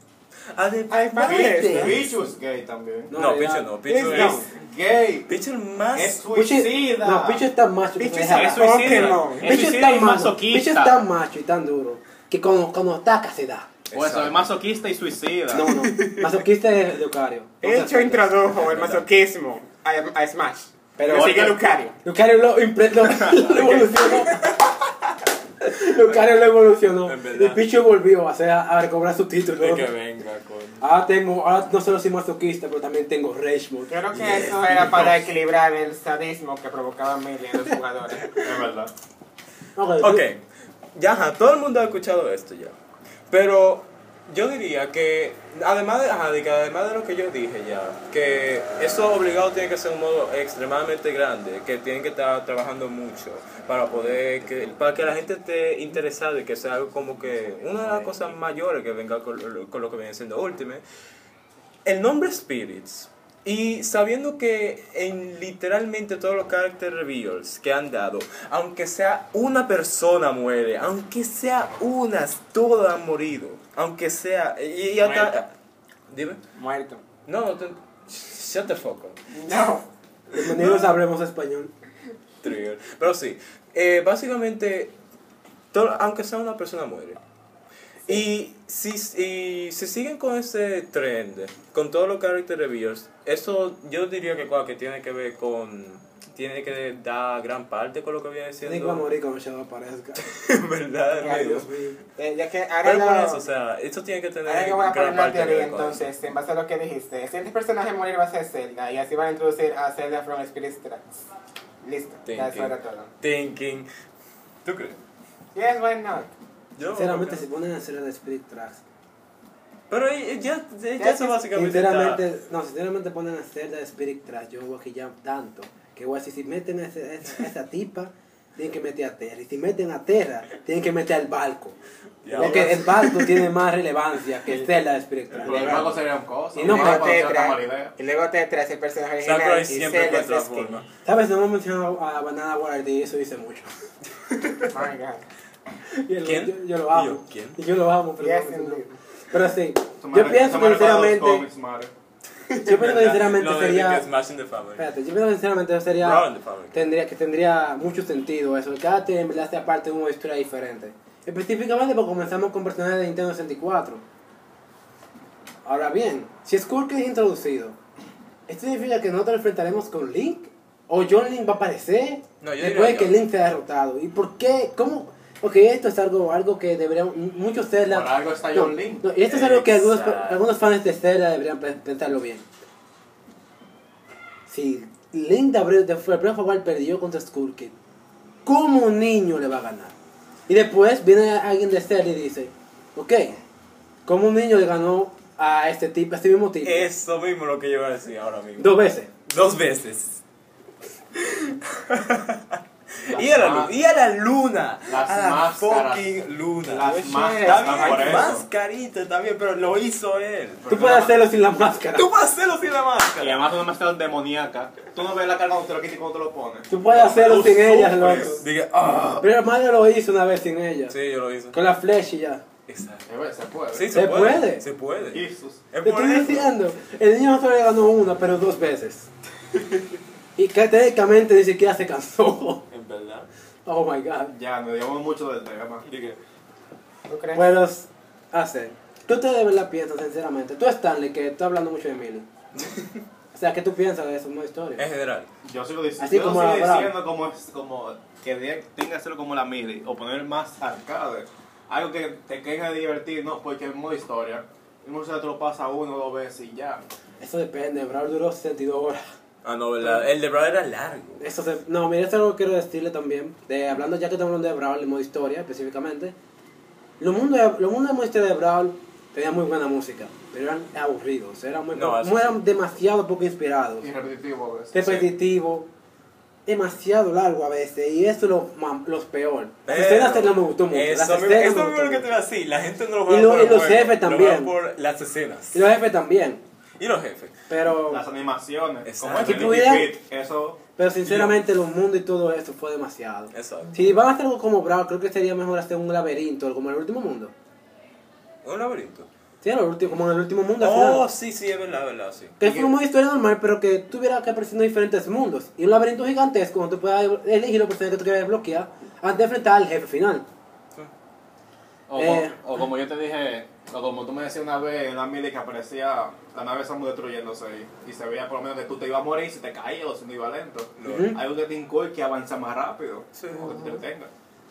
[SPEAKER 2] Ay,
[SPEAKER 4] Además
[SPEAKER 2] padre,
[SPEAKER 4] de eso...
[SPEAKER 3] Bicho es gay también.
[SPEAKER 1] No,
[SPEAKER 4] No,
[SPEAKER 1] ya.
[SPEAKER 4] Pichu no, Pichu
[SPEAKER 2] Please,
[SPEAKER 4] es...
[SPEAKER 2] no.
[SPEAKER 3] Gay.
[SPEAKER 4] Pichu
[SPEAKER 3] Es
[SPEAKER 4] es más...
[SPEAKER 3] suicida.
[SPEAKER 1] No, Pichu es tan macho. que
[SPEAKER 2] Pichu
[SPEAKER 1] se
[SPEAKER 2] es
[SPEAKER 1] deja
[SPEAKER 2] eso.
[SPEAKER 1] dar.
[SPEAKER 2] Pokémon.
[SPEAKER 5] Es
[SPEAKER 1] Pichu es
[SPEAKER 5] suicida y
[SPEAKER 1] tan malo.
[SPEAKER 5] masoquista.
[SPEAKER 1] Pichu es tan macho y tan duro que cuando, cuando ataca se da.
[SPEAKER 5] O eso, es masoquista y suicida.
[SPEAKER 1] No, no. Masoquista es Lucario.
[SPEAKER 2] Hecho introdujo
[SPEAKER 4] *laughs*
[SPEAKER 2] el masoquismo a, a Smash.
[SPEAKER 1] Pero
[SPEAKER 2] Pero sigue
[SPEAKER 1] ahorita-
[SPEAKER 2] Lucario.
[SPEAKER 1] Lucario lo, impre- *laughs*
[SPEAKER 4] *laughs*
[SPEAKER 1] lo, lo evolucionó. Lucario lo evolucionó.
[SPEAKER 4] En verdad.
[SPEAKER 1] Y Pichu volvió a, hacer, a recobrar su título.
[SPEAKER 4] De que venga, coño.
[SPEAKER 1] Ahora tengo, ahora no solo soy masoquista, pero también tengo Rage Mode.
[SPEAKER 2] Yo creo que eso era para equilibrar el sadismo que provocaba Millie en los jugadores.
[SPEAKER 3] Es verdad.
[SPEAKER 4] Ok, ya, ajá, todo el mundo ha escuchado esto ya. Pero yo diría que, además de, ajá, de que además de lo que yo dije ya, que eso obligado tiene que ser un modo extremadamente grande, que tienen que estar trabajando mucho para poder, que, para que la gente esté interesada y que sea algo como que una de las cosas mayores que venga con, lo- con lo que viene siendo Ultimate. El nombre Spirits. Y sabiendo que en literalmente todos los character reveals que han dado, aunque sea una persona muere, aunque sea unas, todas han morido, aunque sea... Y, y hasta...
[SPEAKER 5] Muerta.
[SPEAKER 4] Dime.
[SPEAKER 2] *laughs* Muerto.
[SPEAKER 4] No, no te... Shut the fuck up.
[SPEAKER 2] No.
[SPEAKER 1] Bienvenidos a Hablemos Español.
[SPEAKER 4] Trigger. Pero sí, eh, básicamente, to- aunque sea una persona muere. Y si, y si siguen con ese trend, con todos los character reveals, eso yo diría que, cua- que tiene que ver con... Tiene que dar gran parte con lo que viene
[SPEAKER 1] Nick va a
[SPEAKER 4] *laughs* diciendo.
[SPEAKER 1] morir cuando Shadow aparezca.
[SPEAKER 4] ¿Verdad?
[SPEAKER 1] Ay,
[SPEAKER 4] amigo?
[SPEAKER 1] Dios
[SPEAKER 4] *laughs*
[SPEAKER 1] mío.
[SPEAKER 2] Eh, ya que ahora
[SPEAKER 4] Pero por
[SPEAKER 2] lo-
[SPEAKER 4] eso, o sea, esto tiene que tener
[SPEAKER 2] Ahora yo voy a poner
[SPEAKER 4] gran
[SPEAKER 2] una
[SPEAKER 4] parte que
[SPEAKER 2] teoría
[SPEAKER 4] ver con eso.
[SPEAKER 2] entonces, en base a lo que dijiste. El siguiente personaje a morir va a ser Zelda y así van a introducir a Zelda from Spirit Tracks. Listo, ya eso
[SPEAKER 4] Thinking.
[SPEAKER 2] era todo.
[SPEAKER 4] Thinking. ¿Tú crees?
[SPEAKER 2] Yes, why not?
[SPEAKER 4] Yo,
[SPEAKER 1] Sinceramente, si ponen a hacer el Spirit Tracks.
[SPEAKER 4] Pero eh, ya, ya,
[SPEAKER 2] Ya
[SPEAKER 4] eso
[SPEAKER 2] que-
[SPEAKER 4] básicamente está-
[SPEAKER 1] Sinceramente, no, sinceramente ponen a hacer de Spirit Trash, yo voy a quillar tanto. Que voy a decir, si meten a ese- a esa, a esa tipa, tienen que meter a Terra. Y si meten a Terra, tienen que meter al barco.
[SPEAKER 4] Ya,
[SPEAKER 1] Porque el barco tiene más relevancia que Zelda de Spirit
[SPEAKER 3] El
[SPEAKER 1] Trash.
[SPEAKER 3] problema no serían cosas.
[SPEAKER 1] Y no,
[SPEAKER 2] Y
[SPEAKER 1] pero
[SPEAKER 2] luego
[SPEAKER 3] cuando sea tan
[SPEAKER 2] Tetra,
[SPEAKER 3] mala idea.
[SPEAKER 2] y luego Tetra es el personaje original
[SPEAKER 4] Sakurai
[SPEAKER 2] y
[SPEAKER 4] siempre
[SPEAKER 2] Zelda es
[SPEAKER 4] encuentra
[SPEAKER 2] la
[SPEAKER 4] la forma.
[SPEAKER 1] ¿Sabes? No hemos mencionado a Banana Water y eso dice mucho.
[SPEAKER 2] Oh My God.
[SPEAKER 1] Y el-
[SPEAKER 4] ¿Quién?
[SPEAKER 1] Yo, yo lo
[SPEAKER 4] ¿Y
[SPEAKER 1] amo.
[SPEAKER 4] yo quién?
[SPEAKER 1] Y yo lo amo, pero
[SPEAKER 2] Yes,
[SPEAKER 1] no menciono.
[SPEAKER 2] indeed.
[SPEAKER 1] Pero sí,
[SPEAKER 3] Tú me
[SPEAKER 1] yo
[SPEAKER 3] re-
[SPEAKER 1] pienso
[SPEAKER 3] tú me
[SPEAKER 1] que
[SPEAKER 3] recuerdas los
[SPEAKER 1] sinceramente,
[SPEAKER 3] cómics, madre.
[SPEAKER 1] yo pienso que sinceramente
[SPEAKER 4] *laughs* Lo de
[SPEAKER 1] sería...
[SPEAKER 4] que Smash in the Family.
[SPEAKER 1] Espérate, yo pienso que sinceramente sería...
[SPEAKER 4] Raw in the Family.
[SPEAKER 1] tendría, que tendría mucho sentido eso. Cada tema en verdad sea parte de una historia diferente. Específicamente porque comenzamos con personajes de Nintendo 64. Ahora bien, si Skulker es introducido, ¿esto significa que nosotros enfrentaremos con Link o John Link va a aparecer
[SPEAKER 4] No, yo
[SPEAKER 1] después
[SPEAKER 4] diría
[SPEAKER 1] de que
[SPEAKER 4] John.
[SPEAKER 1] Link sea derrotado. ¿Y por qué? ¿Cómo? Porque esto es algo, algo que deberían muchos Zelda...
[SPEAKER 3] Por algo está
[SPEAKER 1] no,
[SPEAKER 3] John Link.
[SPEAKER 1] no, y esto es algo que algunos,
[SPEAKER 4] Exacto.
[SPEAKER 1] algunos fans de Zelda deberían pe- pensarlo bien. Si Link de Abreu de fue favor perdió contra Skull Kid, ¿cómo un niño le va a ganar? Y después viene alguien de Zelda y dice, ok, ¿cómo un niño le ganó a este tipo, a este mismo tipo?
[SPEAKER 4] Eso mismo lo que yo iba a decir ahora mismo.
[SPEAKER 1] Dos veces.
[SPEAKER 4] Dos veces. *laughs* y, a la
[SPEAKER 3] ma-
[SPEAKER 4] luna, y a la luna.
[SPEAKER 3] Las
[SPEAKER 4] a la
[SPEAKER 3] máscaras.
[SPEAKER 4] fucking luna.
[SPEAKER 3] Las
[SPEAKER 4] Oye,
[SPEAKER 3] máscaras,
[SPEAKER 4] Está
[SPEAKER 3] por
[SPEAKER 4] bien,
[SPEAKER 3] eso.
[SPEAKER 4] mascarita, está bien, pero lo hizo él.
[SPEAKER 1] Tú puedes hacerlo sin la máscara.
[SPEAKER 4] Tú vas a hacerlo sin la
[SPEAKER 3] Y
[SPEAKER 4] máscara.
[SPEAKER 3] además una máscara demoníaca. Tú no ves la cara de Doctor Kitty cuando te lo pones.
[SPEAKER 1] Tú puedes hacerlo
[SPEAKER 3] Tú
[SPEAKER 1] sin ella,
[SPEAKER 3] sufres.
[SPEAKER 1] loco.
[SPEAKER 4] Dije, ah.
[SPEAKER 1] Pero Mario lo hizo una vez sin ella.
[SPEAKER 4] Sí, yo lo hice.
[SPEAKER 1] Con la flecha y ya.
[SPEAKER 4] Exacto.
[SPEAKER 3] Eh, güey, Se puede.
[SPEAKER 4] Sí, se,
[SPEAKER 1] ¿Se
[SPEAKER 4] puede.
[SPEAKER 1] puede?
[SPEAKER 4] Se puede.
[SPEAKER 3] Jesus.
[SPEAKER 4] Es
[SPEAKER 1] Te
[SPEAKER 4] por
[SPEAKER 1] estoy
[SPEAKER 4] eso.
[SPEAKER 1] diciendo, el niño no solo le ganó una, pero dos veces. y que técnicamente ni siquiera se cansó.
[SPEAKER 4] En verdad.
[SPEAKER 1] Oh my god.
[SPEAKER 3] Ya, nos llevamos mucho del tema.
[SPEAKER 4] Dije,
[SPEAKER 2] ¿Tú crees?
[SPEAKER 1] Bueno, hacer. Tú te de verdad piensas, sinceramente. Tú, Stanley, que estás hablando mucho de Emily. o sea, ¿qué tú piensas de eso? Una
[SPEAKER 4] en
[SPEAKER 1] historia.
[SPEAKER 4] general.
[SPEAKER 3] Yo sigo diciendo,
[SPEAKER 1] Así
[SPEAKER 3] yo
[SPEAKER 1] como
[SPEAKER 3] sigo
[SPEAKER 1] la Bravo.
[SPEAKER 3] diciendo como, es- como que de- tenga que hacerlo como la mili o poner más arcade. Algo que te queja de divertir, no, porque es modo historia. Y muchas veces te lo pasa uno o dos veces y ya.
[SPEAKER 1] Eso depende. Brawl duró 62 horas.
[SPEAKER 4] Ah, no, ¿verdad? El de Brad era largo.
[SPEAKER 1] Eso se- no, mira, esto es algo que quiero decirle también. De, hablando ya que estamos hablando de Brawl, en modo historia específicamente. Los mundos de, los mundos de modo historia de Brawl tenían muy buena música, pero eran aburridos. Eran, muy,
[SPEAKER 4] No, eso
[SPEAKER 1] muy- eran demasiado poco inspirados,
[SPEAKER 3] Y repetitivo a veces.
[SPEAKER 1] repetitivo, demasiado largo a veces, y eso es lo, ma- los peor. Las
[SPEAKER 4] Pero,
[SPEAKER 1] escenas de la me gustó mucho. las
[SPEAKER 4] Eso mismo,
[SPEAKER 1] escenas
[SPEAKER 4] eso
[SPEAKER 1] me
[SPEAKER 4] mismo
[SPEAKER 1] gustó
[SPEAKER 4] lo que te
[SPEAKER 1] mucho.
[SPEAKER 4] iba a decir. La gente no lo
[SPEAKER 1] Y
[SPEAKER 4] juega
[SPEAKER 1] lo-
[SPEAKER 4] por
[SPEAKER 1] y
[SPEAKER 4] el
[SPEAKER 1] los
[SPEAKER 4] juego,
[SPEAKER 1] jefes
[SPEAKER 4] lo
[SPEAKER 1] también.
[SPEAKER 4] juega por las escenas.
[SPEAKER 1] Y los jefes también,
[SPEAKER 4] Y los jefes.
[SPEAKER 1] pero,
[SPEAKER 3] Las animaciones,
[SPEAKER 4] Exacto.
[SPEAKER 3] como
[SPEAKER 4] Si
[SPEAKER 3] el
[SPEAKER 1] pudiera-
[SPEAKER 3] Trinity Fit, eso.
[SPEAKER 1] pero sinceramente los mundos y todo esto fue demasiado.
[SPEAKER 4] Exacto.
[SPEAKER 1] Si van a hacer algo como Brawl, creo que sería mejor hacer un laberinto, como el último mundo.
[SPEAKER 4] Un laberinto.
[SPEAKER 1] Sí, en el último, como en el último mundo. al
[SPEAKER 4] Oh,
[SPEAKER 1] final.
[SPEAKER 4] sí, sí, es verdad, verdad, sí.
[SPEAKER 1] Que fue una historia normal, pero que tuviera que aparecer en diferentes mundos. Y un laberinto gigantesco donde tú puedas elegir la persona que tú quieras desbloquear antes de enfrentar al jefe final.
[SPEAKER 3] O,
[SPEAKER 1] Eh.
[SPEAKER 3] como, o como yo te dije, o como tú me decías una vez en la mili que aparecía la nave Samu destruyéndose y, y se veía por lo menos que tú te ibas a morir si te caías o si no iba lento.
[SPEAKER 1] Ujú.
[SPEAKER 3] Hay un de Tinkoy que avanza más rápido.
[SPEAKER 4] Sí.
[SPEAKER 3] como que te entretenga.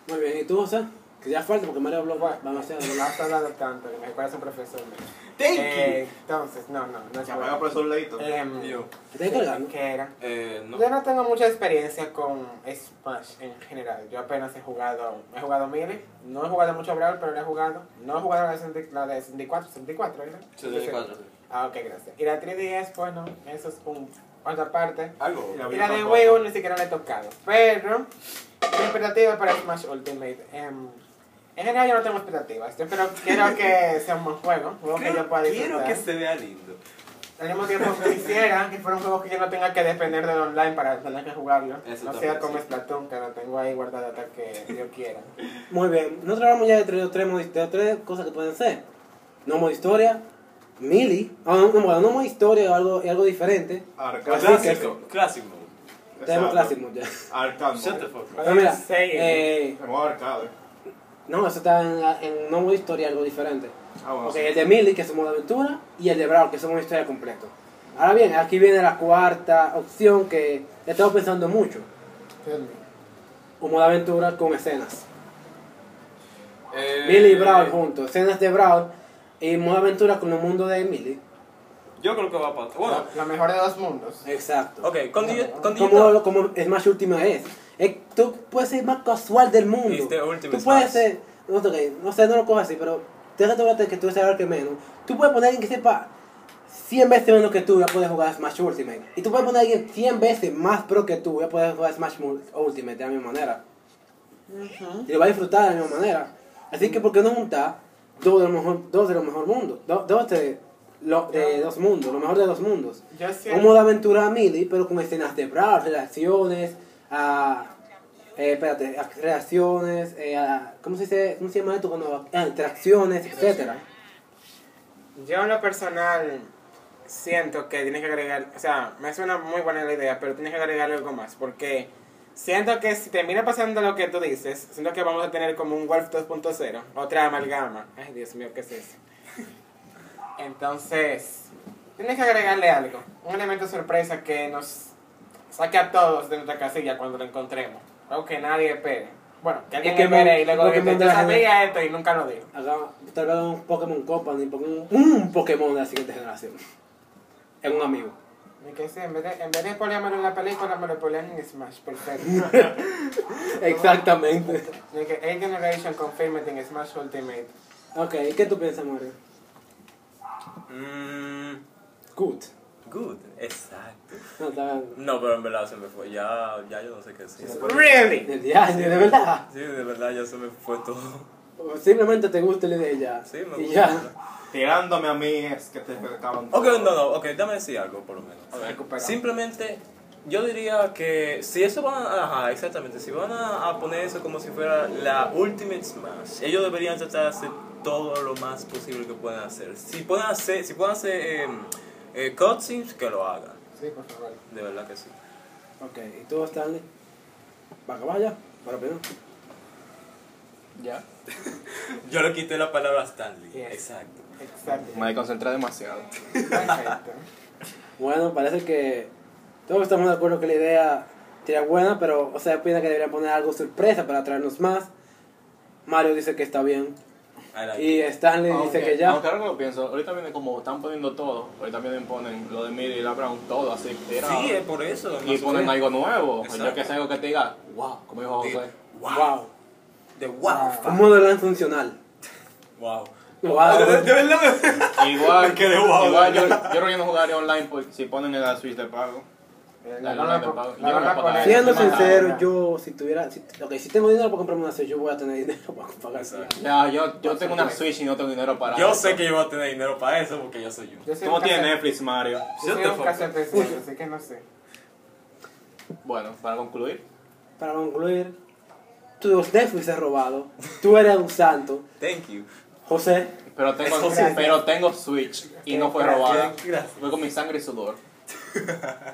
[SPEAKER 1] Muy bien, ¿y tú, José? Que ya falta porque Mario habló
[SPEAKER 2] Bueno,
[SPEAKER 1] vamos a hacer
[SPEAKER 4] *laughs*
[SPEAKER 2] no has hablado tanto, me acuerdas un profesor. mío.
[SPEAKER 4] Thank
[SPEAKER 2] Eh, entonces, no, no, no es
[SPEAKER 3] Se apaga
[SPEAKER 2] bueno.
[SPEAKER 3] por el soldadito.
[SPEAKER 2] Em,
[SPEAKER 4] you. Yo,
[SPEAKER 1] ¿Te
[SPEAKER 2] sí,
[SPEAKER 1] cargando?
[SPEAKER 2] ¿Qué era?
[SPEAKER 4] eh, no.
[SPEAKER 2] Yo no tengo mucha experiencia con Smash en general. Yo apenas he jugado, he jugado Melee, no he jugado mucho Brawl, pero lo he jugado. No he jugado la de 60 la de 64, 64, ¿verdad? Ah, ok, gracias. Y la 3DS, bueno, eso es un, otra parte.
[SPEAKER 3] Algo.
[SPEAKER 2] Y la de Wii U ni siquiera la he tocado. Pero, mi expectativa para Smash Ultimate. em, en general yo no tengo expectativas. Yo creo, quiero que
[SPEAKER 4] *laughs*
[SPEAKER 2] sea un buen juego, juego que yo pueda
[SPEAKER 4] quiero
[SPEAKER 2] disfrutar.
[SPEAKER 4] que se vea lindo.
[SPEAKER 2] Al mismo tiempo que quisiera que fuera un juego que yo no tenga que depender del online para tener que jugarlo.
[SPEAKER 4] Eso
[SPEAKER 2] no
[SPEAKER 4] también,
[SPEAKER 2] sea como
[SPEAKER 4] sí.
[SPEAKER 2] Splatoon, que lo tengo ahí guardado hasta que yo
[SPEAKER 4] *laughs*
[SPEAKER 2] quiera.
[SPEAKER 1] Muy bien, nosotros hablamos ya de tres, de tres modi- de tres cosas que pueden ser. No modo historia, mili, ah, no, no, bueno, no modo historia algo, y algo diferente.
[SPEAKER 3] Arcásico.
[SPEAKER 4] Clásico, clásico.
[SPEAKER 1] Tenemos clásico ya.
[SPEAKER 4] Shut the
[SPEAKER 3] Arcásico.
[SPEAKER 4] fuck up.
[SPEAKER 1] Pero mira,
[SPEAKER 2] Sí.
[SPEAKER 1] eh,
[SPEAKER 3] En modo arcade.
[SPEAKER 1] no, eso está en, la- en no modo historia, algo diferente.
[SPEAKER 3] Ah, bueno.
[SPEAKER 1] Ok, el de Millie, que es un modo aventura, y el de Brawl, que es un modo historia completo. Ahora bien, aquí viene la cuarta opción que he estado pensando mucho.
[SPEAKER 2] eh,
[SPEAKER 1] Un modo aventura con escenas.
[SPEAKER 4] Eh,
[SPEAKER 1] Millie y Brawl juntos, escenas de Brawl y modo aventura con el mundo de Millie.
[SPEAKER 4] Yo creo que va a pasar. Bueno,
[SPEAKER 2] La mejor de dos mundos.
[SPEAKER 1] Exacto.
[SPEAKER 4] ok, cuando yo. Cuando yo
[SPEAKER 1] Como, lo- como Smash Ultima es. Es- Tú puedes ser más casual del mundo.
[SPEAKER 4] Este Ultimate
[SPEAKER 1] tú puedes
[SPEAKER 4] Smash.
[SPEAKER 1] ser. No, ok, no sé, no lo cojas así, pero déjate ver que tú eres el que menos. Tú puedes poner a alguien que sepa 100 veces menos que tú, ya puedes jugar Smash Ultimate. Y tú puedes poner a alguien 100 veces más pro que tú, ya puedes jugar Smash Mul- Ultimate de la misma manera. Y lo vas a disfrutar de la misma manera. Así que, ¿por qué no juntar dos de los mejor, dos de los mejor mundos? Do- dos de, lo- de dos mundos, lo mejor de dos mundos.
[SPEAKER 2] Yo
[SPEAKER 1] Un
[SPEAKER 2] siento,
[SPEAKER 1] modo aventura mili, pero con escenas de brawl, relaciones, ah, eh, espérate, ah, relaciones, eh, ah, ¿cómo, se dice, ¿cómo se llama esto? Cuando, ah, interacciones, etcétera.
[SPEAKER 2] yo en lo personal siento que tienes que agregar, o sea, me suena muy buena la idea, pero tienes que agregarle algo más, porque siento que si termina pasando lo que tú dices, siento que vamos a tener como un Wolf 2.0, otra amalgama. Ay, Dios mío, ¿qué es eso? Entonces, tienes que agregarle algo, un elemento sorpresa que nos saque a todos de nuestra casilla cuando lo encontremos. Algo que nadie espere. Bueno, que alguien
[SPEAKER 1] que
[SPEAKER 2] espere
[SPEAKER 1] mon-
[SPEAKER 2] y luego
[SPEAKER 1] lo que
[SPEAKER 2] dice,
[SPEAKER 1] manda
[SPEAKER 2] yo
[SPEAKER 1] la gente".
[SPEAKER 2] sabía esto y nunca lo digo.
[SPEAKER 1] Haga- tal vez haga un Pokémon Company, Pokémon- un Pokémon de la siguiente generación. Es un
[SPEAKER 4] *laughs*
[SPEAKER 1] amigo.
[SPEAKER 2] Y que sí, en vez de, en vez de ponerme en la película, me lo ponían en Smash, perfecto.
[SPEAKER 3] *laughs*
[SPEAKER 1] Exactamente.
[SPEAKER 2] Y que A Generation Confirmed en Smash Ultimate.
[SPEAKER 1] Ok, ¿y ¿qué tú piensas, Mario?
[SPEAKER 4] Mm,
[SPEAKER 1] Good.
[SPEAKER 4] good, exacto.
[SPEAKER 1] No, está
[SPEAKER 4] No, pero en verdad se me fue. Ya, ya yo no sé qué decir.
[SPEAKER 2] Really?
[SPEAKER 1] del diario, de verdad.
[SPEAKER 4] Sí, de verdad ya se me fue todo.
[SPEAKER 1] O Simplemente te gusta la idea y ya.
[SPEAKER 4] Sí, me
[SPEAKER 1] y
[SPEAKER 4] gusta.
[SPEAKER 1] ya.
[SPEAKER 3] Tirándome a mí es que te acaban
[SPEAKER 4] Ok, no, no, ok, dame decir algo por lo menos.
[SPEAKER 2] Recuperamos.
[SPEAKER 4] Simplemente, yo diría que si eso van a, ajá, exactamente, si van a, a poner eso como si fuera la Ultimate Smash, ellos deberían tratar de hacer todo lo más posible que puedan hacer. Si pueden hacer, si pueden hacer eh, eh, cutscenes, que lo hagan,
[SPEAKER 2] Sí, por favor.
[SPEAKER 4] de verdad que sí.
[SPEAKER 1] Ok, ¿y tú, Stanley? ¿Va a vaya? ¿Para primero?
[SPEAKER 3] Ya.
[SPEAKER 4] Yo le quité la palabra a Stanley.
[SPEAKER 2] Yes.
[SPEAKER 4] Exacto.
[SPEAKER 2] Exacto.
[SPEAKER 3] Me concentré demasiado. *laughs*
[SPEAKER 2] Perfecto.
[SPEAKER 1] Bueno, parece que todos estamos de acuerdo que la idea sería buena, pero o sea, opina que deberían poner algo sorpresa para traernos más. Mario dice que está bien.
[SPEAKER 4] I like
[SPEAKER 1] Y
[SPEAKER 4] it.
[SPEAKER 1] Stanley
[SPEAKER 3] Ah,
[SPEAKER 1] dice que ya.
[SPEAKER 3] Aunque ahora que lo pienso, ahorita viene como están poniendo todo, ahorita vienen ponen lo de Miri y la Brown, todo así, tirado.
[SPEAKER 4] Sí, es por eso.
[SPEAKER 3] y
[SPEAKER 4] más o
[SPEAKER 3] ponen
[SPEAKER 4] menos.
[SPEAKER 3] algo nuevo.
[SPEAKER 4] Exacto.
[SPEAKER 3] Yo que sé algo que te diga, wow, como dijo
[SPEAKER 4] Sí.
[SPEAKER 3] José.
[SPEAKER 4] Wow.
[SPEAKER 1] Wow.
[SPEAKER 4] De wow.
[SPEAKER 1] Un modelán funcional.
[SPEAKER 4] Wow. *laughs*
[SPEAKER 1] Wow.
[SPEAKER 3] *laughs* Igual,
[SPEAKER 4] quedé guau.
[SPEAKER 3] igual yo, yo creo que no jugaría online porque si ponen en la Switch de pago.
[SPEAKER 2] Eh, La
[SPEAKER 3] La
[SPEAKER 2] van a
[SPEAKER 3] luna
[SPEAKER 2] po-
[SPEAKER 3] de
[SPEAKER 2] la van
[SPEAKER 3] Pau-
[SPEAKER 2] a poner.
[SPEAKER 1] Siendo
[SPEAKER 3] Siendo
[SPEAKER 1] sincero, yo si tuviera. Si, ok, si tengo dinero para comprarme una Switch, yo voy a tener *laughs* dinero para pagar eso.
[SPEAKER 4] Exacto.
[SPEAKER 3] Ya, yo, yo tengo una Switch y no tengo dinero para.
[SPEAKER 4] Yo
[SPEAKER 3] eso.
[SPEAKER 4] sé que yo voy a tener dinero para eso porque yo soy yo.
[SPEAKER 2] Yo soy
[SPEAKER 3] Tú no
[SPEAKER 2] un
[SPEAKER 3] tienes
[SPEAKER 2] case-
[SPEAKER 3] Netflix, Mario.
[SPEAKER 2] Yo soy
[SPEAKER 4] Shut the
[SPEAKER 2] un
[SPEAKER 4] fuck
[SPEAKER 2] caso
[SPEAKER 4] up.
[SPEAKER 2] especial, así que no sé.
[SPEAKER 3] Bueno, para concluir,
[SPEAKER 1] Para concluir, tu Netflix es robado. Tú eres un santo.
[SPEAKER 4] Thank you.
[SPEAKER 1] José,
[SPEAKER 3] pero tengo,
[SPEAKER 4] Eso sí.
[SPEAKER 3] pero tengo Switch y no fue
[SPEAKER 2] Gracias.
[SPEAKER 3] robada.
[SPEAKER 4] Gracias.
[SPEAKER 3] Fue con mi sangre y sudor.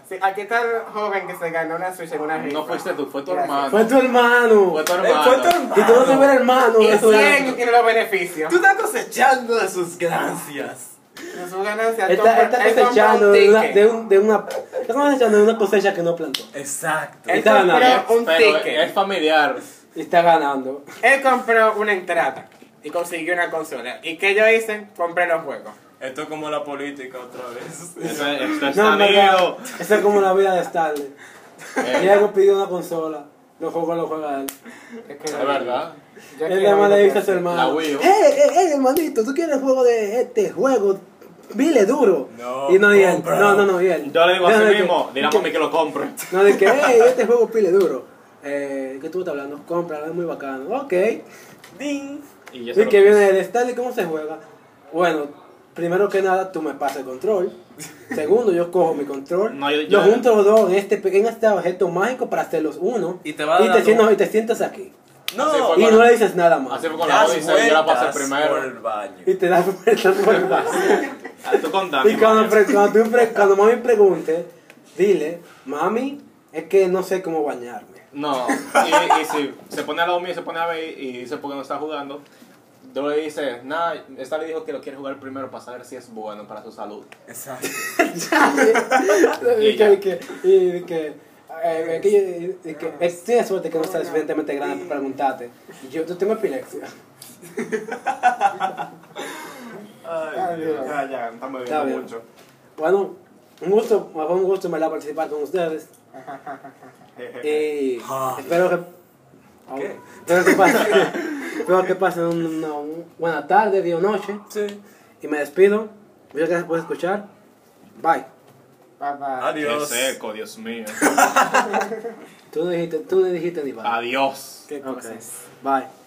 [SPEAKER 2] Sí, aquí está el joven que se ganó una Switch en una rifa.
[SPEAKER 3] No fuiste tú, fue tu
[SPEAKER 2] Gracias.
[SPEAKER 1] fue
[SPEAKER 3] hermano.
[SPEAKER 1] tu hermano.
[SPEAKER 3] Fue tu
[SPEAKER 4] Ey,
[SPEAKER 3] hermano.
[SPEAKER 4] fue tu
[SPEAKER 1] Y tú no te
[SPEAKER 4] hermano.
[SPEAKER 1] ves hermano.
[SPEAKER 2] Y
[SPEAKER 1] eso era-
[SPEAKER 2] quién tiene los beneficios.
[SPEAKER 4] Tú estás cosechando de sus ganancias.
[SPEAKER 2] De su ganancia.
[SPEAKER 1] Está, está cosechando de una, de,
[SPEAKER 2] ticket.
[SPEAKER 1] un- de una. Está cosechando de una cosecha que no plantó.
[SPEAKER 4] Exacto.
[SPEAKER 1] Él
[SPEAKER 2] Él
[SPEAKER 1] está ganando.
[SPEAKER 2] compró un
[SPEAKER 3] Pero
[SPEAKER 2] ticket.
[SPEAKER 3] es familiar.
[SPEAKER 1] Y está ganando.
[SPEAKER 2] Él compró una entrada y consiguió una consola. ¿Y qué yo hice? Compré los juegos.
[SPEAKER 4] Esto es como la política otra vez.
[SPEAKER 3] Eso es, esto es
[SPEAKER 1] No, en verdad,
[SPEAKER 3] sonido.
[SPEAKER 1] Esa es como la vida de Stanley.
[SPEAKER 3] Eh,
[SPEAKER 1] Diego pidió una consola. Los juegos los juega él.
[SPEAKER 2] Es, que
[SPEAKER 3] Es verdad.
[SPEAKER 2] Yo
[SPEAKER 1] Él nada
[SPEAKER 2] quiero
[SPEAKER 1] más
[SPEAKER 2] algo
[SPEAKER 1] le
[SPEAKER 2] que
[SPEAKER 1] dice a su
[SPEAKER 2] hacer.
[SPEAKER 1] hermano:
[SPEAKER 3] La Wii
[SPEAKER 1] ¡Eh,
[SPEAKER 3] U.
[SPEAKER 1] eh, eh, hermanito! ¿Tú quieres el juego de este juego? Dile duro.
[SPEAKER 4] No,
[SPEAKER 1] y no, y él.
[SPEAKER 4] compra.
[SPEAKER 1] No, no, no, y él.
[SPEAKER 3] Yo le digo a
[SPEAKER 1] No,
[SPEAKER 3] sí
[SPEAKER 1] de que-
[SPEAKER 3] mismo, dile a mami que lo compre.
[SPEAKER 1] No, de que, hey, este juego pile duro. Eh, ¿Qué tú estás hablando? Compra, es muy bacano. Ok.
[SPEAKER 4] Ding.
[SPEAKER 3] Y yo se
[SPEAKER 1] Y
[SPEAKER 3] lo-
[SPEAKER 1] que viene el Stanley, ¿cómo se juega? Bueno, primero que nada, tú me pasas el
[SPEAKER 3] *laughs*
[SPEAKER 1] control. Segundo, yo cojo mi control.
[SPEAKER 3] No, yo-
[SPEAKER 1] lo
[SPEAKER 3] yo-
[SPEAKER 1] junto los dos en este pequeño este objeto mágico para hacerlos uno.
[SPEAKER 4] Y te va
[SPEAKER 1] y te,
[SPEAKER 4] dando-
[SPEAKER 1] sientas, y te sientas aquí.
[SPEAKER 3] Así
[SPEAKER 4] No.
[SPEAKER 3] fue
[SPEAKER 1] Y
[SPEAKER 3] Bueno.
[SPEAKER 1] no le dices nada más.
[SPEAKER 3] Así fue con la
[SPEAKER 4] Das
[SPEAKER 3] Odyssey, yo la pasé
[SPEAKER 4] vueltas Por
[SPEAKER 3] primero.
[SPEAKER 4] el baño.
[SPEAKER 1] Y te das vueltas por el vaso.
[SPEAKER 3] *laughs* Ah, Tú contame.
[SPEAKER 1] Y cuando, pre- cuando tú pre- cuando mami pregunte, dile, mami, es que no sé cómo bañarme.
[SPEAKER 3] No, y, y si se pone al lado mío, se pone a ver y dice porque no está jugando, yo le dice, nada, esta le dijo que lo quiere jugar primero para saber si es bueno para su salud.
[SPEAKER 4] Exacto.
[SPEAKER 1] y que, que, y que, eh, que, yo- y que, es- tienes suerte que no estás suficientemente grande para preguntarte. Y Yo, yo tengo epilepsia.
[SPEAKER 2] Ay, Dios.
[SPEAKER 3] Ya, ya, estamos
[SPEAKER 1] Está bien. mucho. Bueno, un gusto, fue un gusto me la participar con ustedes.
[SPEAKER 2] Eh,
[SPEAKER 1] Y
[SPEAKER 4] Eh, Ah.
[SPEAKER 1] espero que. oh,
[SPEAKER 4] ¿Qué?
[SPEAKER 1] Espero que
[SPEAKER 4] *laughs*
[SPEAKER 1] pasen, espero que pasen una buena tarde, día o noche.
[SPEAKER 4] Sí.
[SPEAKER 1] Y me despido. Muchas gracias por escuchar. Bye.
[SPEAKER 2] Papá.
[SPEAKER 4] Adiós.
[SPEAKER 3] Dios mío.
[SPEAKER 1] Tú no dijiste, tú no dijiste ni bye.
[SPEAKER 3] Adiós.
[SPEAKER 2] Qué
[SPEAKER 1] Ok.
[SPEAKER 2] cosas.
[SPEAKER 1] Bye.